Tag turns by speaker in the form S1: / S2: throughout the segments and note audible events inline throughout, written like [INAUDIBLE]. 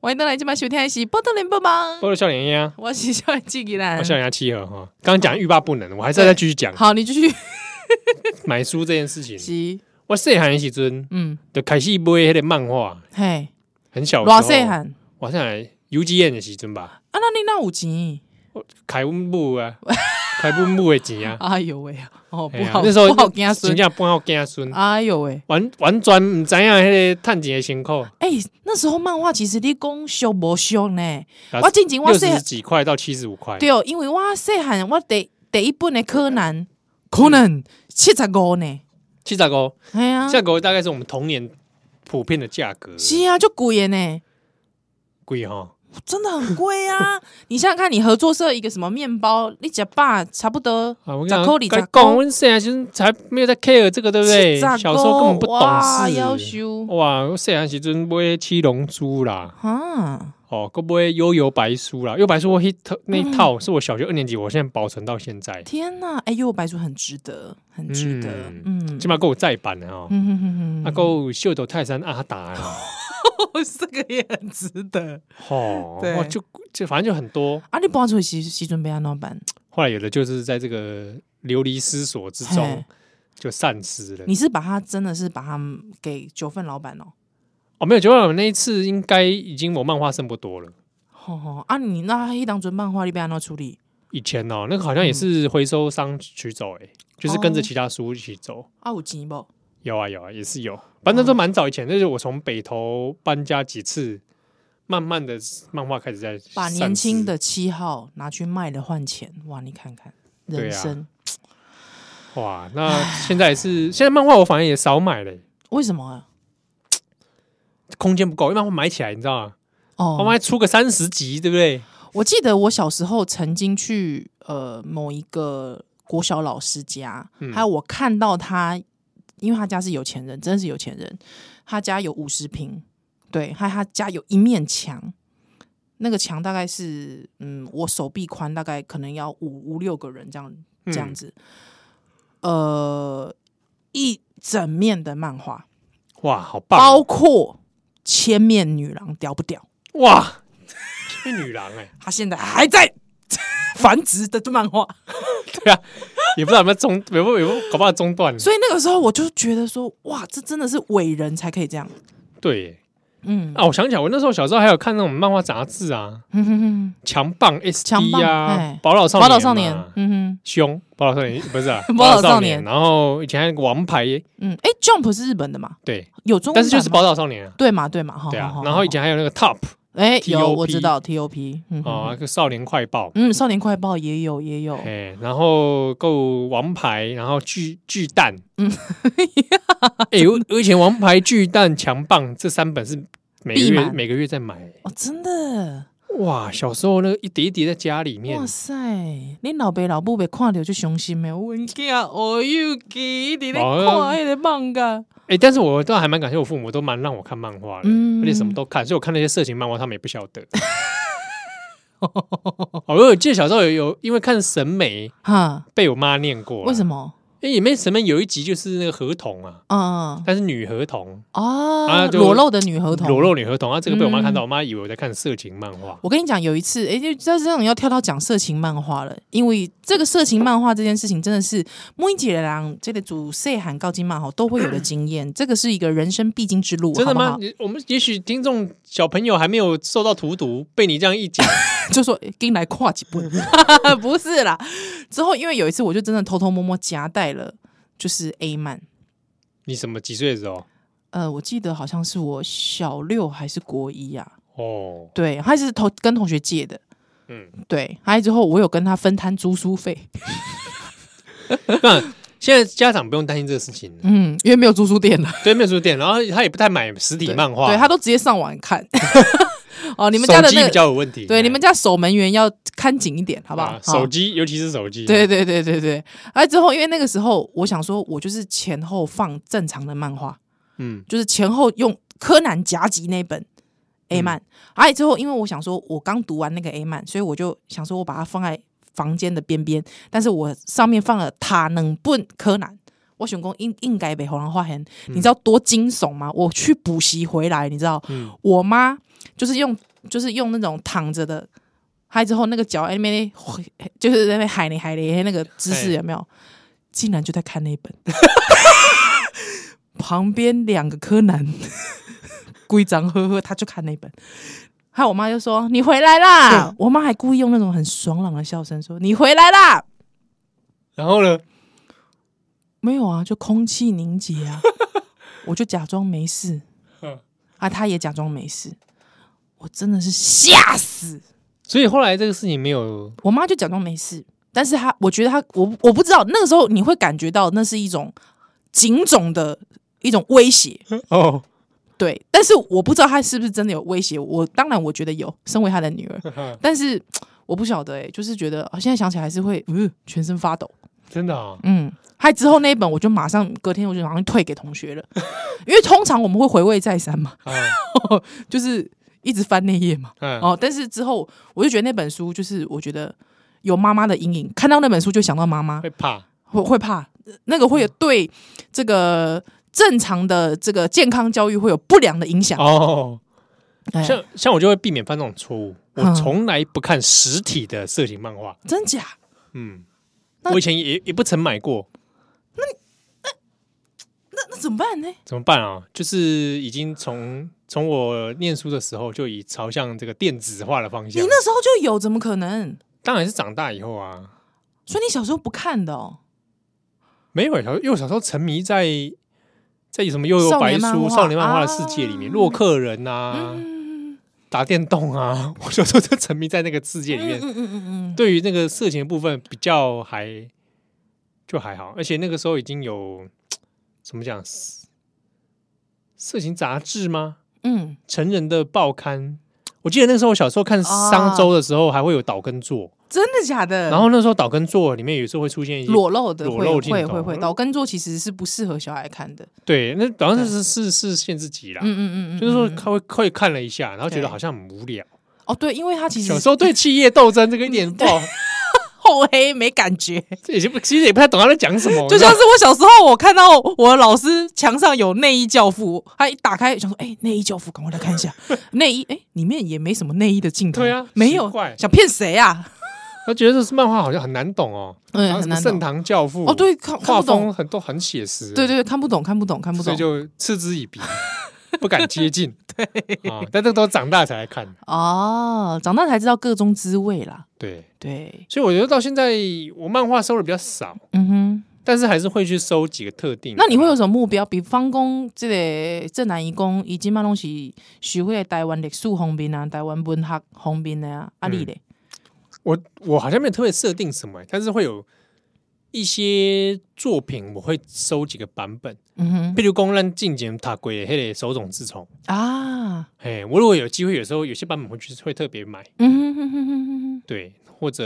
S1: 欢迎登来今晚收听的是《波特连帮忙》，
S2: 菠萝笑脸鸭，
S1: 我是小季吉兰
S2: 我。笑脸鸭契合哈。刚刚讲欲罢不能，我还是要再继续讲
S1: 好，你继续。
S2: 买书这件事情。
S1: 是，
S2: 我细汉的时阵
S1: 嗯，
S2: 就开始买迄个漫画，
S1: 嘿，
S2: 很小的时候
S1: 偌细，汉
S2: 我细汉游记宴的时阵吧，
S1: 啊，那你那有钱？
S2: 开阮母 [LAUGHS] 啊，开阮母的钱啊。
S1: 哎呦喂，哦，
S2: 哎
S1: 不
S2: 呀
S1: 好，
S2: 那时候
S1: 不好惊
S2: 真
S1: 孙。
S2: 正半好惊孙，
S1: 哎呦喂，
S2: 完完全唔知影迄个趁钱的辛苦，
S1: 哎，那时候漫画其实你讲修无修呢？
S2: 啊
S1: 我进前我
S2: 六
S1: 细
S2: 十几块到七十五块，
S1: 对，因为我细汉我第第一本的柯
S2: 嗯
S1: 南，柯南七十五呢，
S2: 七十五，
S1: 哎呀
S2: 七，十五大概是我们童年普遍的价格，
S1: 是啊，就贵的呢。
S2: 贵哈，
S1: 真的很贵啊！
S2: [LAUGHS]
S1: 你想想看，你合作社一个什么面包，你吃霸差不多
S2: 啊，我跟
S1: 十
S2: 你
S1: 块里
S2: 讲，该
S1: 十
S2: 讲，我
S1: 块，
S2: 们现在就是才没有在 care 这个，对不对？
S1: 10
S2: 小时候根本不
S1: 哦哇要
S2: 懂事。
S1: 修
S2: 哇，我细汉时阵买七龙珠啦，
S1: 啊！
S2: 哦，搁买悠悠白书啦，悠悠白书我迄套那一
S1: 嗯
S2: 套是我小学二年级，我现在保存到现在，
S1: 天呐，哎呦，白薯很值得，很值得，嗯
S2: 起码够我再版的哦，
S1: 嗯哼哼 [LAUGHS]
S2: 啊，
S1: 哼，
S2: 够秀斗泰山阿达啦，
S1: 这个也很值得
S2: 哦
S1: [LAUGHS] 对，
S2: 哇就就反正就很多。
S1: 啊！你搬出去时时准备安怎办？
S2: 后来有的就是在这个流离失所之中
S1: 嘿
S2: 就散失了
S1: 你。是把它真的是把它给九份老板哦？
S2: 哦，没有，九万我那一次应该已经我漫画剩不多了。
S1: 吼吼啊！你那一当准漫画，你被安怎处理？
S2: 以前哦，那个好像
S1: 嗯
S2: 也是回收商取走、欸，就是跟着
S1: 哦
S2: 其他书一起走。
S1: 啊，有钱不？
S2: 有啊有啊，也是有，反正都蛮早以前，就是我从北投搬家几次，慢慢的漫画开始在
S1: 把
S2: 散
S1: 年轻
S2: 失
S1: 的七号拿去卖了换钱，哇！你看看
S2: 对
S1: 人
S2: 啊
S1: 生。
S2: 哇，那现在也
S1: [SIGHS]
S2: 是现在漫画我反而也少买了、欸
S1: 为什么啊？
S2: 空间不够，因为漫画买起来你知道吗？漫
S1: 哦，
S2: 画出个三十集，对不对？
S1: 我记得我小时候曾经去呃某一个国小老师家，
S2: 嗯
S1: 还有我看到他，因为他家是有钱人，真的是有钱人，他家有五十平，对，还有他家有一面墙，那个墙大概是嗯我手臂宽，大概可能要五五六个人这样这样
S2: 嗯
S1: 子，呃，一整面的漫画，
S2: 哇，好棒哦、
S1: 包括千面女郎，屌不屌？
S2: 哇，这女郎哎、
S1: 他现在还在 [LAUGHS] 繁殖的漫画，
S2: 对啊，也不知道有没有中，有没有有没有搞不好中断了。
S1: 所以那个时候我就觉得说，哇，这真的是伟人才可以这样。
S2: 对欸
S1: 嗯，
S2: 啊，我想起来，我那时候小时候还有看那种漫画杂志啊，
S1: 哼哼哼，
S2: 强棒 S
S1: 强
S2: D
S1: 棒
S2: 啊
S1: 哎，
S2: 宝岛少
S1: 宝岛少年
S2: 嘛，
S1: 嗯哼，
S2: 凶，宝岛少
S1: [LAUGHS]，
S2: 年不是啊
S1: 宝
S2: 宝
S1: 岛
S2: 岛
S1: 少
S2: 少
S1: 年
S2: 年，然后以前还有个王牌，
S1: 嗯，哎，Jump 是日本的嘛？
S2: 对，
S1: 有中文版吗，哦
S2: 但是就是宝岛少年啊，
S1: 对嘛对嘛，哈，
S2: 对啊
S1: 哈，
S2: 然后以，
S1: 哈
S2: 前还有那个 Top
S1: 哈哎，有
S2: TOP
S1: 我知道 TOP，嗯
S2: 啊，那
S1: 哼，
S2: 个少年快报，
S1: 嗯，少年快报也有也有，
S2: 哎，然后够王牌，然后巨巨蛋，嗯， [LAUGHS] 哎，我我以前王牌、巨蛋、强棒这三本是每个
S1: 必
S2: 月
S1: 买
S2: 每个月在买，
S1: 哦，真的，
S2: 哇，小时候那个一叠一叠在家里面
S1: 哇，塞，你老爸老母被看到就伤心的，我囝我又记你咧看
S2: 哦
S1: 迄个漫画，
S2: 哎、但是我倒还蛮感谢我父母，都蛮让我看漫画的，
S1: 嗯
S2: 而且什么都看，所以我看那些色情漫画，他们也不晓
S1: [LAUGHS]
S2: 得。哦，因为我记得小时候有有因为看审美
S1: 哈，
S2: 被我妈念过，
S1: 为什
S2: 么？
S1: 么？
S2: 因为里面审美有一集就是那个合同啊，
S1: 嗯。
S2: 但是女合同，
S1: 啊，
S2: 啊就
S1: 裸露的女合同。
S2: 裸露女合同啊，这个被我妈看
S1: 嗯
S2: 到，我妈以为我在看色情漫画。
S1: 我跟你讲，有一次，哎、就在这种要跳到讲色情漫画了，因为这个色情漫画这件事情真的是每一个人这个主细汉到今嘛吼都会有的经验，这个是一个人生必经之路，
S2: 真的
S1: 好
S2: 吗？
S1: 不
S2: 你我们也许听众小朋友还没有受到荼毒，被你这样
S1: [LAUGHS]
S2: 一讲，
S1: 好？就说诶跟来跨几
S2: [LAUGHS]
S1: 步，不是啦。之后因为有一次，我就真的偷偷摸摸夹带了，就是 A 漫。
S2: 你什么几岁的时候？
S1: 呃，我记得好像是我小六还是国一啊，
S2: 哦，
S1: 对，他是同跟同学借的，
S2: 嗯，
S1: 对，还有之后我有跟他分摊租书费，
S2: 那现在家长不用担心这个事情，
S1: 嗯，因为没有租书店了。
S2: 对面书店，然后他也不太买实体
S1: 对
S2: 漫画，
S1: 对他都直接上网
S2: [LAUGHS]
S1: 看。哦，你们家的
S2: 手机
S1: 那
S2: 比
S1: 个，
S2: 较有问题，
S1: 对你们家守门员要看紧一点，好
S2: 好
S1: 不好？
S2: 手机，尤其是手机，
S1: 对对对对对。哎，之后因为那个时候，我想说，我就是前后放正常的漫画，
S2: 嗯，
S1: 就是前后用柯南夹击那本 A
S2: 嗯
S1: 漫。哎，之后因为我想说，我刚读完那个 A 漫，所以我就想说我把它放在房间的边边，但是我上面放了塔能本柯南。我想讲应应该被红人画现，你
S2: 嗯
S1: 知道多惊悚吗？我去补习回来，你知道，
S2: 嗯
S1: 我妈就是用就是用那种躺着的，嗨之后那个脚在那边就是在那边海里海里那个姿势
S2: 嘿
S1: 有没有？竟然就在看那一本， [LAUGHS] 旁边两个柯南，规章呵呵，他就看那一本。还有我妈就说：“你回来啦！”我妈还故意用那种很爽朗的笑声说：“你回来啦
S2: 然后呢，！”
S1: 没有啊，就空气凝结啊， [LAUGHS] 我就假装没事。
S2: 嗯
S1: 啊，他也假装没事。我真的是吓死，
S2: 所以后来这个事情没有，
S1: 我妈就假装没事，但是她，我觉得她，我我不知道那个时候你会感觉到那是一种警种的一种威胁，
S2: 哦，
S1: 对，但是我不知道她是不是真的有威胁我，当然我觉得有，身为她的女儿，但是我不晓得哎、就是觉得、啊、现在想起来还是会嗯、全身发抖，
S2: 真的啊，
S1: 嗯，还之后那一本我就马上隔天我就马上退给同学了， [LAUGHS] 因为通常我们会回味再三嘛，
S2: 啊，
S1: 就是一直翻那页嘛，
S2: 嗯，
S1: 哦，但是之后我就觉得那本书就是我觉得有妈妈的阴影，看到那本书就想到妈妈，
S2: 会怕，
S1: 会会怕，呃那个会有对这个正常的这个健康教育会有不良的影响。
S2: 哦，
S1: 哎，
S2: 像像我就会避免犯这种错误，我
S1: 嗯
S2: 从来不看实体的色情漫画，
S1: 真假？
S2: 嗯，
S1: 那
S2: 我以前也也不曾买过，
S1: 那怎么办呢？
S2: 怎么办啊？就是已经从从我念书的时候就已朝向这个电子化的方
S1: 你
S2: 向，
S1: 那时候就有，怎么可能？
S2: 当然是长大以后啊，
S1: 所以你小时候不看的哦。
S2: 没有小因为我小时候沉迷在在什么幼幼
S1: 少
S2: 白
S1: 年漫
S2: 书、
S1: 画
S2: 少年漫画的世界里面，
S1: 啊
S2: 洛克人啊，
S1: 嗯
S2: 打电动啊，我小时候就沉迷在那个世界里面
S1: 嗯。嗯嗯嗯
S2: 对于那个色情的部分比较还就还好，而且那个时候已经有怎么讲色色情杂志吗？
S1: 嗯，
S2: 成人的报刊。我记得那时候我小时候看
S1: 啊
S2: 商周的时候，还会有岛根座，
S1: 真的假的？
S2: 然后那时候岛根座里面有时候会出现一些
S1: 裸露的
S2: 裸
S1: 会
S2: 露镜
S1: 会
S2: 头嗯
S1: 会会，岛根座其实是不适合小孩看的。
S2: 对，那岛根座是是是限制级啦
S1: 嗯，嗯嗯嗯，
S2: 就是说
S1: 嗯嗯
S2: 他会会看了一下，然后觉得
S1: 对
S2: 好像很无聊。
S1: 哦对，因为他其实
S2: 小时候对企业斗争这个一
S1: 嗯
S2: 点不好，
S1: [LAUGHS] 厚黑没感觉。
S2: 这也是不其实也不太懂他在讲什
S1: [LAUGHS]
S2: 么，
S1: 就像是我小时候，我看到我的老师墙上有内衣教父，他一打开想说：“哎、内衣教父，赶快来看一
S2: [LAUGHS]
S1: 下内衣。哎，里面也没什么内衣的镜头，
S2: 对啊
S1: 没
S2: 奇
S1: 有
S2: 怪，
S1: 想骗谁啊？
S2: 他觉得这是漫画好像很难懂哦，然
S1: 嗯，
S2: 后
S1: 很
S2: 什么
S1: 难
S2: 盛
S1: 懂。
S2: 唐教父
S1: 哦，，对，看看
S2: 画
S1: 不懂
S2: 风，很都很写实，
S1: 对对对，看不懂，看不懂，看不
S2: 所以
S1: 懂。
S2: 就嗤之
S1: [LAUGHS]
S2: 以鼻，不敢接近。对啊，但这都长大才来看，
S1: 哦，长大才知道各中滋味啦。
S2: 对。
S1: 对，
S2: 所以我觉得到现在我漫画收的比较少，
S1: 嗯哼。
S2: 但是还是会去收几个特定。
S1: 那你会有什么目标？比方讲，这个正南一公以及嘛拢是学会台湾历史方面啊，台湾文学方面啊，啊你嘞？
S2: 我我好像没有特别设定什么、但是会有一些作品我会收几个版本，
S1: 嗯哼
S2: 比如公咱进前塔鬼黑的手冢治虫，
S1: 啊，
S2: 哎，我如果有机会，有时候有些版本会去会特别买，
S1: 嗯哼哼哼哼哼哼，
S2: 对，或者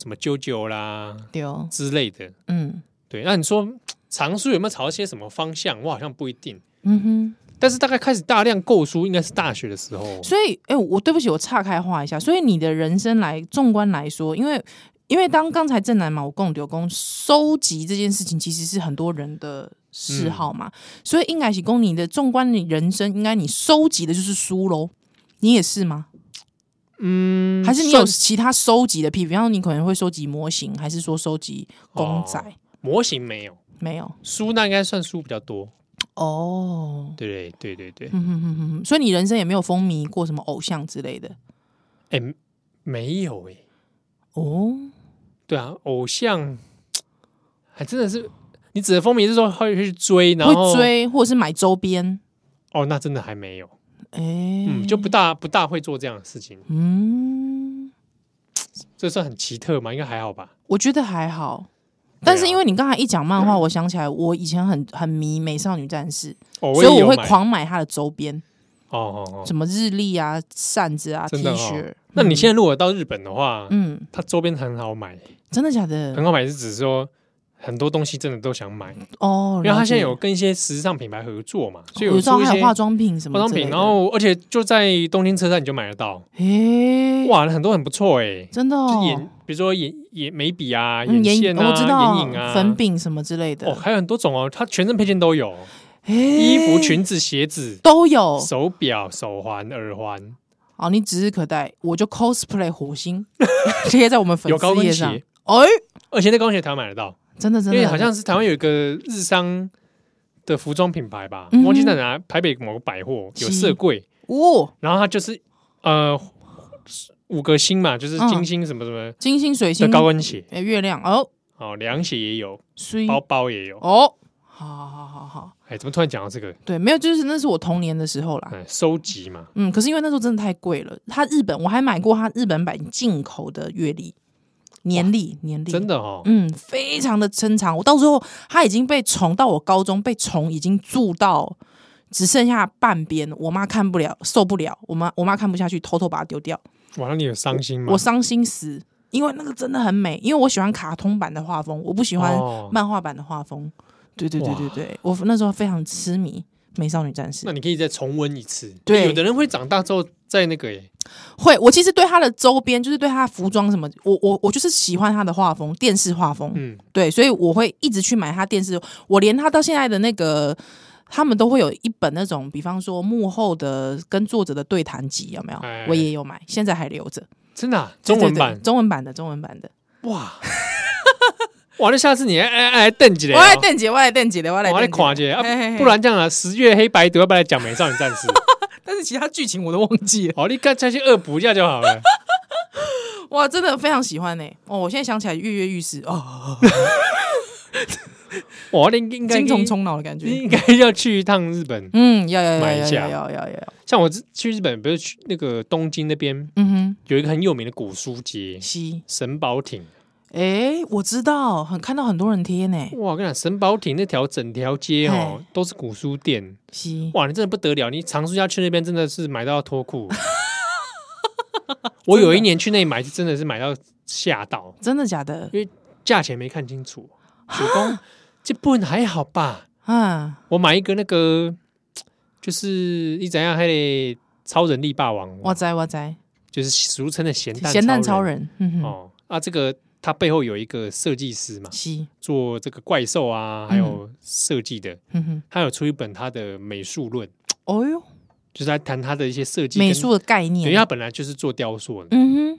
S2: 什么啾啾啦
S1: 对哦。
S2: 之类的，
S1: 嗯
S2: 对，那你说藏书有没有朝一些什么方向？我好像不一定，
S1: 嗯
S2: 但是大概开始大量购书应该是大学的时候
S1: 哼，。所以，哎、我对不起，我岔开话一下。所以，你的人生来纵观来说，因为因为当刚才正南嘛，我共刘公收集这件事情，其实是很多人的嗜好嘛。所以，应该是公你的纵观你人生，应该你收集的就是书喽。你也是吗？
S2: 嗯
S1: 还是你有
S2: 算
S1: 其他收集的癖？比方说你可能会收集模型，还是说收集公仔？
S2: 哦模型没有
S1: 没有
S2: 书，那应该算书比较多。
S1: 哦。
S2: 对对对对对，
S1: 嗯哼哼哼哼，所以你人生也没有风靡过什么偶像之类的
S2: 哎、没有哎、
S1: 哦。
S2: 对啊，偶像还真的是你指的风靡是说会去追，然后
S1: 会追或者是买周边，
S2: 哦，那真的还没有，
S1: 哎、
S2: 嗯，就不大不大会做这样的事情，
S1: 嗯，
S2: 这算很奇特嘛？应该还好吧？
S1: 我觉得还好。
S2: 啊
S1: 但是因为你刚才一讲漫画，我想起来我以前很很迷美少女战士，
S2: 哦，
S1: 所以
S2: 也有
S1: 我会
S2: 买
S1: 狂买它的周边，
S2: 哦哦哦，
S1: 什么日历啊、扇子啊、T
S2: 真的哦
S1: 恤。
S2: 那你现在如果到日本的话，
S1: 嗯，
S2: 它周边很好买，
S1: 真的假
S2: 很
S1: 的？
S2: 好买是指说很多东西真的都想买，
S1: 哦，
S2: 因为它现在有
S1: 了
S2: 跟一些时尚品牌合作嘛，所
S1: 解
S2: 以
S1: 我
S2: 有
S1: 知道
S2: 出一
S1: 还
S2: 些
S1: 有化妆品什么
S2: 化妆
S1: 之类
S2: 品，
S1: 的
S2: 然后而且就在东京车站你就买得到，
S1: 诶，
S2: 哇，很多很不错哎，
S1: 真的
S2: 就
S1: 哦，
S2: 眼比如说眼眼眉笔啊、
S1: 嗯
S2: 线啊、
S1: 我知道
S2: 眼影啊、
S1: 粉饼什么之类的
S2: 哦，，还有很多种哦，它全身配件都有，
S1: 诶
S2: 衣服、裙子、鞋子、
S1: 都有
S2: 手表、手环、耳环，
S1: 好，你指日可待，我就 cosplay 火
S2: [LAUGHS]
S1: 星贴在我们粉
S2: 有高
S1: 丝
S2: 跟
S1: 页上
S2: 鞋。
S1: 哎、
S2: 而且那高跟鞋台湾买得到，
S1: 真的真
S2: 因
S1: 的，
S2: 为好像是台湾有一个日商的服装品牌吧，
S1: 嗯哼
S2: 忘记在哪，台北某个百货有
S1: 是
S2: 色柜，
S1: 哦，
S2: 然后它就是呃五个星嘛，就是
S1: 嗯
S2: 金星什么什么
S1: 金星、水
S2: 的
S1: 星、
S2: 高跟鞋，
S1: 哎月亮哦，
S2: 哦，凉鞋也有，
S1: 所以
S2: 包
S1: 哦，
S2: 包也有。
S1: 好好好好，
S2: 哎，怎么突然讲到这个？
S1: 对，没有，就是那是我童年的时候啦。
S2: 哎，收集嘛，
S1: 嗯，可是因为那时候真的太贵了，它日本我还买过它日本版进口的月历、年历、年历，
S2: 真的哦，
S1: 嗯，非常的撑长。我到时候它已经被虫到我高中被虫已经蛀到只剩下半边，我妈看不了，受不了，我妈我妈看不下去，偷偷把它丢掉，
S2: 哇，那你有伤心吗？
S1: 嗯我伤心死。因为那个真的很美，因为我喜欢卡通版的画风，我不喜欢
S2: 哦
S1: 漫画版的画风。对对对
S2: 哇
S1: 对对，我那时候非常痴迷《美少女战士
S2: 那》。你可以再重温一次。
S1: 对
S2: 有的人会长大之后在那个耶，
S1: 会，我其实对她的周边，就是对她的服装什么，我我我就是喜欢她的画风，电视画风。
S2: 嗯，
S1: 对，所以我会一直去买他电视。我连他到现在的那个，他们都会有一本那种，比方说幕后的跟作者的对谈集，有没有？
S2: 哎
S1: 我也有买，现在还留着。
S2: 真的啊
S1: 对
S2: 中文
S1: 对对
S2: 版
S1: 中文版的，中文版的。
S2: 哇 [LAUGHS] 哇，那下次你来来来瞪几嘞
S1: 我？来邓姐，我来邓姐的，我来
S2: 哦我来
S1: 邓
S2: 垮
S1: 姐
S2: 姐
S1: 的。
S2: 啊
S1: 嘿嘿嘿，
S2: 不然这样啊，十月黑白读要不要来讲《美少女战士》？
S1: 但是其他剧情我都忘记了。
S2: 好，你干脆去恶补一下就
S1: [LAUGHS]
S2: 好了。
S1: 哇，真的非常喜欢呢、哦，我现在想起来跃跃欲试哦，
S2: 哇，你应该
S1: 精虫充脑的感
S2: 你
S1: 觉。
S2: 应该要去一趟日本。
S1: 嗯，要要要
S2: 买一
S1: 要
S2: 下
S1: 要要要要。
S2: 像我之去日本，不是去那个东京那边
S1: 嗯
S2: 有一个很有名的古书街
S1: 哼，西，
S2: 神保町。
S1: 哎、我知道，很看到很多人贴呢。
S2: 哇，我跟你讲，神保町那条整条街哦
S1: 嘿，
S2: 都是古书店。
S1: 西，
S2: 哇，你真的不得了！你常暑假去那边真的是买到
S1: [LAUGHS]
S2: 脱裤。我有一年去那里买，真的是买到吓到，
S1: 真的假的？
S2: 价钱没看清楚。主
S1: [LAUGHS]
S2: 公，这本还好吧？
S1: 啊。
S2: 我买一个那个，就是你怎样还得超人力霸王，
S1: 我知我知，
S2: 就是俗称的咸蛋
S1: 咸蛋超
S2: 超
S1: 人，嗯哼，
S2: 哦。啊，这个它背后有一个设计师嘛，
S1: 西，
S2: 做这个怪兽啊，还有设计的，
S1: 嗯哼，
S2: 他有出一本他的美术论，
S1: 哦
S2: 哎
S1: 哟，
S2: 就是在谈他的一些设计跟
S1: 美术的概
S2: 因为
S1: 念，
S2: 他本来就是做雕塑的，
S1: 嗯哼，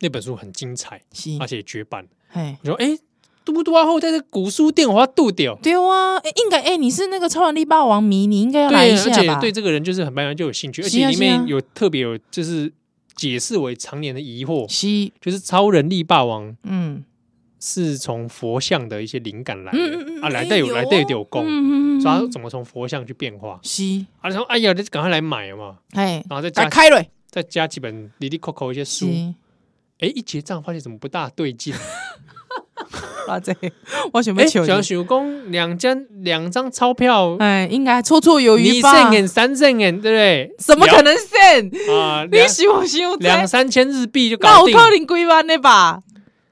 S2: 那本书很精彩，
S1: 西
S2: 而，且绝版。
S1: 嘿，
S2: 你说，哎、嘟不嘟啊？后在这古书店我要渡掉。
S1: 对啊，哎，应该哎，你是那个超人力霸王迷，你应该要来
S2: 对，
S1: 一
S2: 而
S1: 下
S2: 且
S1: 吧？
S2: 对这个人就是很慢慢就有兴趣，而
S1: 是
S2: 且
S1: 啊
S2: 里
S1: 是
S2: 面
S1: 啊
S2: 有特别有就是解释为常年的疑惑，
S1: 西，
S2: 就是超人力霸王
S1: 嗯
S2: 是从佛像的一一些灵感来的、
S1: 嗯嗯
S2: 啊，
S1: 嗯
S2: 来带有
S1: 哎
S2: 来
S1: 有
S2: 带有
S1: 嗯
S2: 功，
S1: 嗯嗯
S2: 所以他
S1: 嗯，
S2: 怎么从佛像去变化？
S1: 西，
S2: 啊，然后哎呀，你赶快来买嘛，
S1: 哎，
S2: 然后啊再加
S1: 改开了，
S2: 再加几本里里扣扣一些书，
S1: 西，
S2: 哎、一结账发现怎么不大对劲。
S1: 哇塞， [LAUGHS] 我想
S2: 哎，
S1: 要求
S2: 小
S1: 你，
S2: 许公两张两张钞票，
S1: 哎，应该绰绰有
S2: 你
S1: 余
S2: 一
S1: 吧
S2: 剩？眼三剩眼，对不对？
S1: 怎么可能剩？
S2: 能啊？
S1: 你
S2: 两
S1: 想想
S2: 两
S1: 在，
S2: 三千日币就
S1: 那
S2: 搞
S1: 我
S2: 定。
S1: 扣你几万的吧？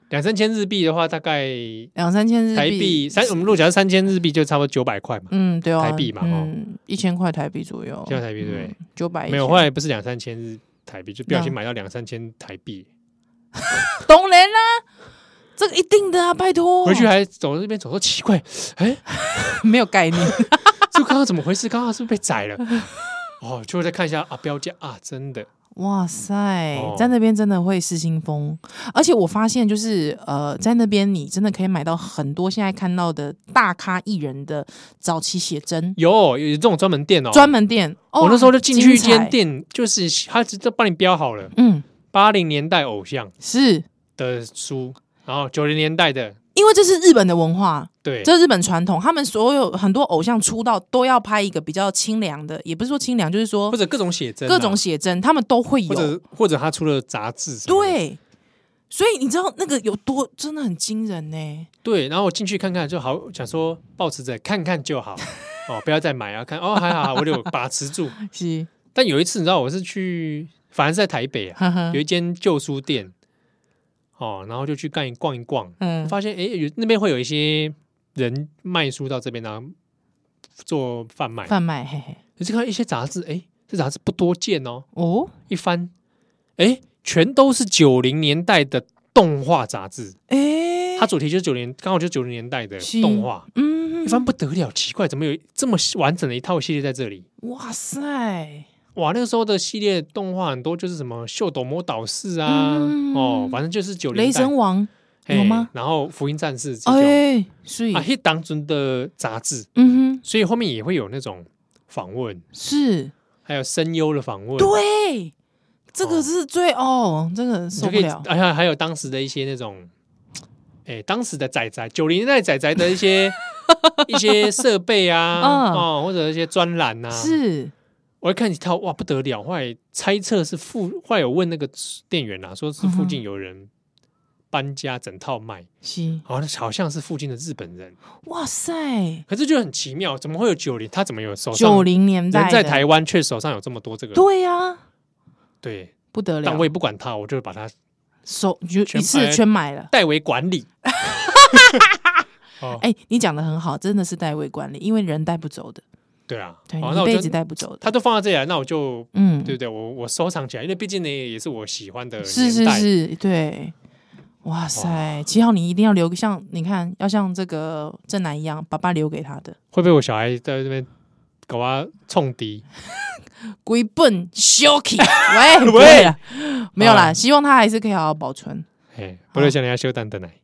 S2: 两三千日币的话，大概
S1: 两三千日
S2: 台币三，我们如果假设三千日币，就差不多九百块嘛，
S1: 嗯，对啊，
S2: 台币嘛哦
S1: 嗯，一千块台币左右，嗯
S2: 这样台币对不对？
S1: 九百
S2: 没有，后来不是两三千日台币，就不小心
S1: 那
S2: 买到两三千台币，
S1: 当然啦、这个一定的啊，拜托。
S2: 回去还走到那边走说奇怪，哎，
S1: [LAUGHS] 没有概念，
S2: 这刚刚怎么回事？刚刚是不是被宰
S1: [LAUGHS]
S2: 了？哦，就再看一下啊，标价啊，真的
S1: 哇塞，
S2: 哦
S1: 在那边真的会失心疯，而且我发现就是呃，在那边你真的可以买到很多现在看到的大咖艺人的早期写真
S2: 有有这种专门店哦，
S1: 专门店。哦、
S2: 我那时候就进去一
S1: 精彩
S2: 间，店，就是他直接帮你标好了
S1: 嗯，
S2: 八零年代偶像
S1: 是
S2: 的书，然后九零年代的，
S1: 因为这是日本的文化，
S2: 对，
S1: 这是日本传统，他们所有很多偶像出道都要拍一个比较清凉的，也不是说清凉，就是说
S2: 或者各种写真啊、
S1: 各种写真，他们都会有
S2: 或。者或者他出了杂志什么的，
S1: 对，所以你知道那个有多真的很惊人呢、
S2: 对，然后我进去看看就好，想说保持着看看
S1: [LAUGHS]
S2: 就好，哦，不要再买啊，看哦还好我有把持住。
S1: 是，
S2: 但有一次你知道我是去，反正是在台北啊，
S1: 呵呵
S2: 有一间旧书店，哦，然后就去干一逛一逛，
S1: 嗯，
S2: 发现哎有那边会有一些人卖书到这边然后做贩卖，
S1: 贩卖，嘿嘿，
S2: 你就看一些杂志，哎，这杂志不多见哦，
S1: 哦，
S2: 一翻，哎，全都是九零年代的动画杂志，
S1: 哎、
S2: 它主题就是九零，刚好就是九零年代的
S1: 是
S2: 动画，
S1: 嗯
S2: 一，翻不得了，奇怪，怎么有这么完整的一套系列在这里？
S1: 哇塞，
S2: 哇，那个时候的系列动画很多，就是什么《秀斗魔导士》啊，
S1: 嗯
S2: 哦，反正就是九零
S1: 雷神王有吗？
S2: 然后《福音战士》这种、
S1: 哎，所以
S2: 啊，那当中的杂志，
S1: 嗯哼，
S2: 所以后面也会有那种访问，
S1: 是
S2: 还有声优的访问，，
S1: 对，这
S2: 哦
S1: 个是最哦，这个
S2: 你
S1: 受不
S2: 就可以，
S1: 了。
S2: 还有还有当时的一些那种，哎，当时的仔仔，九零年代仔仔的一些一些设备啊，
S1: 嗯
S2: 哦，或者一些专栏呐，
S1: 是
S2: 我一看一套，哇，不得了！后来猜测是附，后来有问那个店员啦、说是附
S1: 嗯
S2: 近有人搬家，整套卖，
S1: 是，
S2: 好像好像是附近的日本人，
S1: 哇塞，
S2: 可是就很奇妙，怎么会有九零？他怎么有手上
S1: 九零年代
S2: 人在
S1: 的
S2: 台湾，却手上有这么多这个？
S1: 对呀，
S2: 对，
S1: 不得
S2: 但
S1: 了
S2: 我，也不管他，我就把它
S1: 手就
S2: 全
S1: 一次
S2: 买
S1: 全买了。
S2: 代为
S1: [LAUGHS]
S2: 管理。哦，
S1: 哎，你讲的很好，真的是代位管理，因为人带不走的，
S2: 对啊，
S1: 对，
S2: 好，
S1: 你
S2: 那
S1: 一
S2: 我
S1: 辈子
S2: 就
S1: 带不走的。
S2: 他都放在这里来，啊那我就
S1: 嗯，
S2: 对不对？我我收藏起来，因为毕竟呢也是我喜欢的年代。
S1: 是是是，对。哇塞，七号你一定要留个像，你看要像这个正南一样，爸爸留给他的
S2: 会不会我小孩在这边搞啊冲敌？
S1: 龟笨
S2: [LAUGHS]
S1: shoky，喂
S2: 喂
S1: 喂，没有
S2: 啊
S1: 啦，希望他还是可以好好保存。
S2: 哎，不
S1: 好
S2: 如像人家修蛋的奶。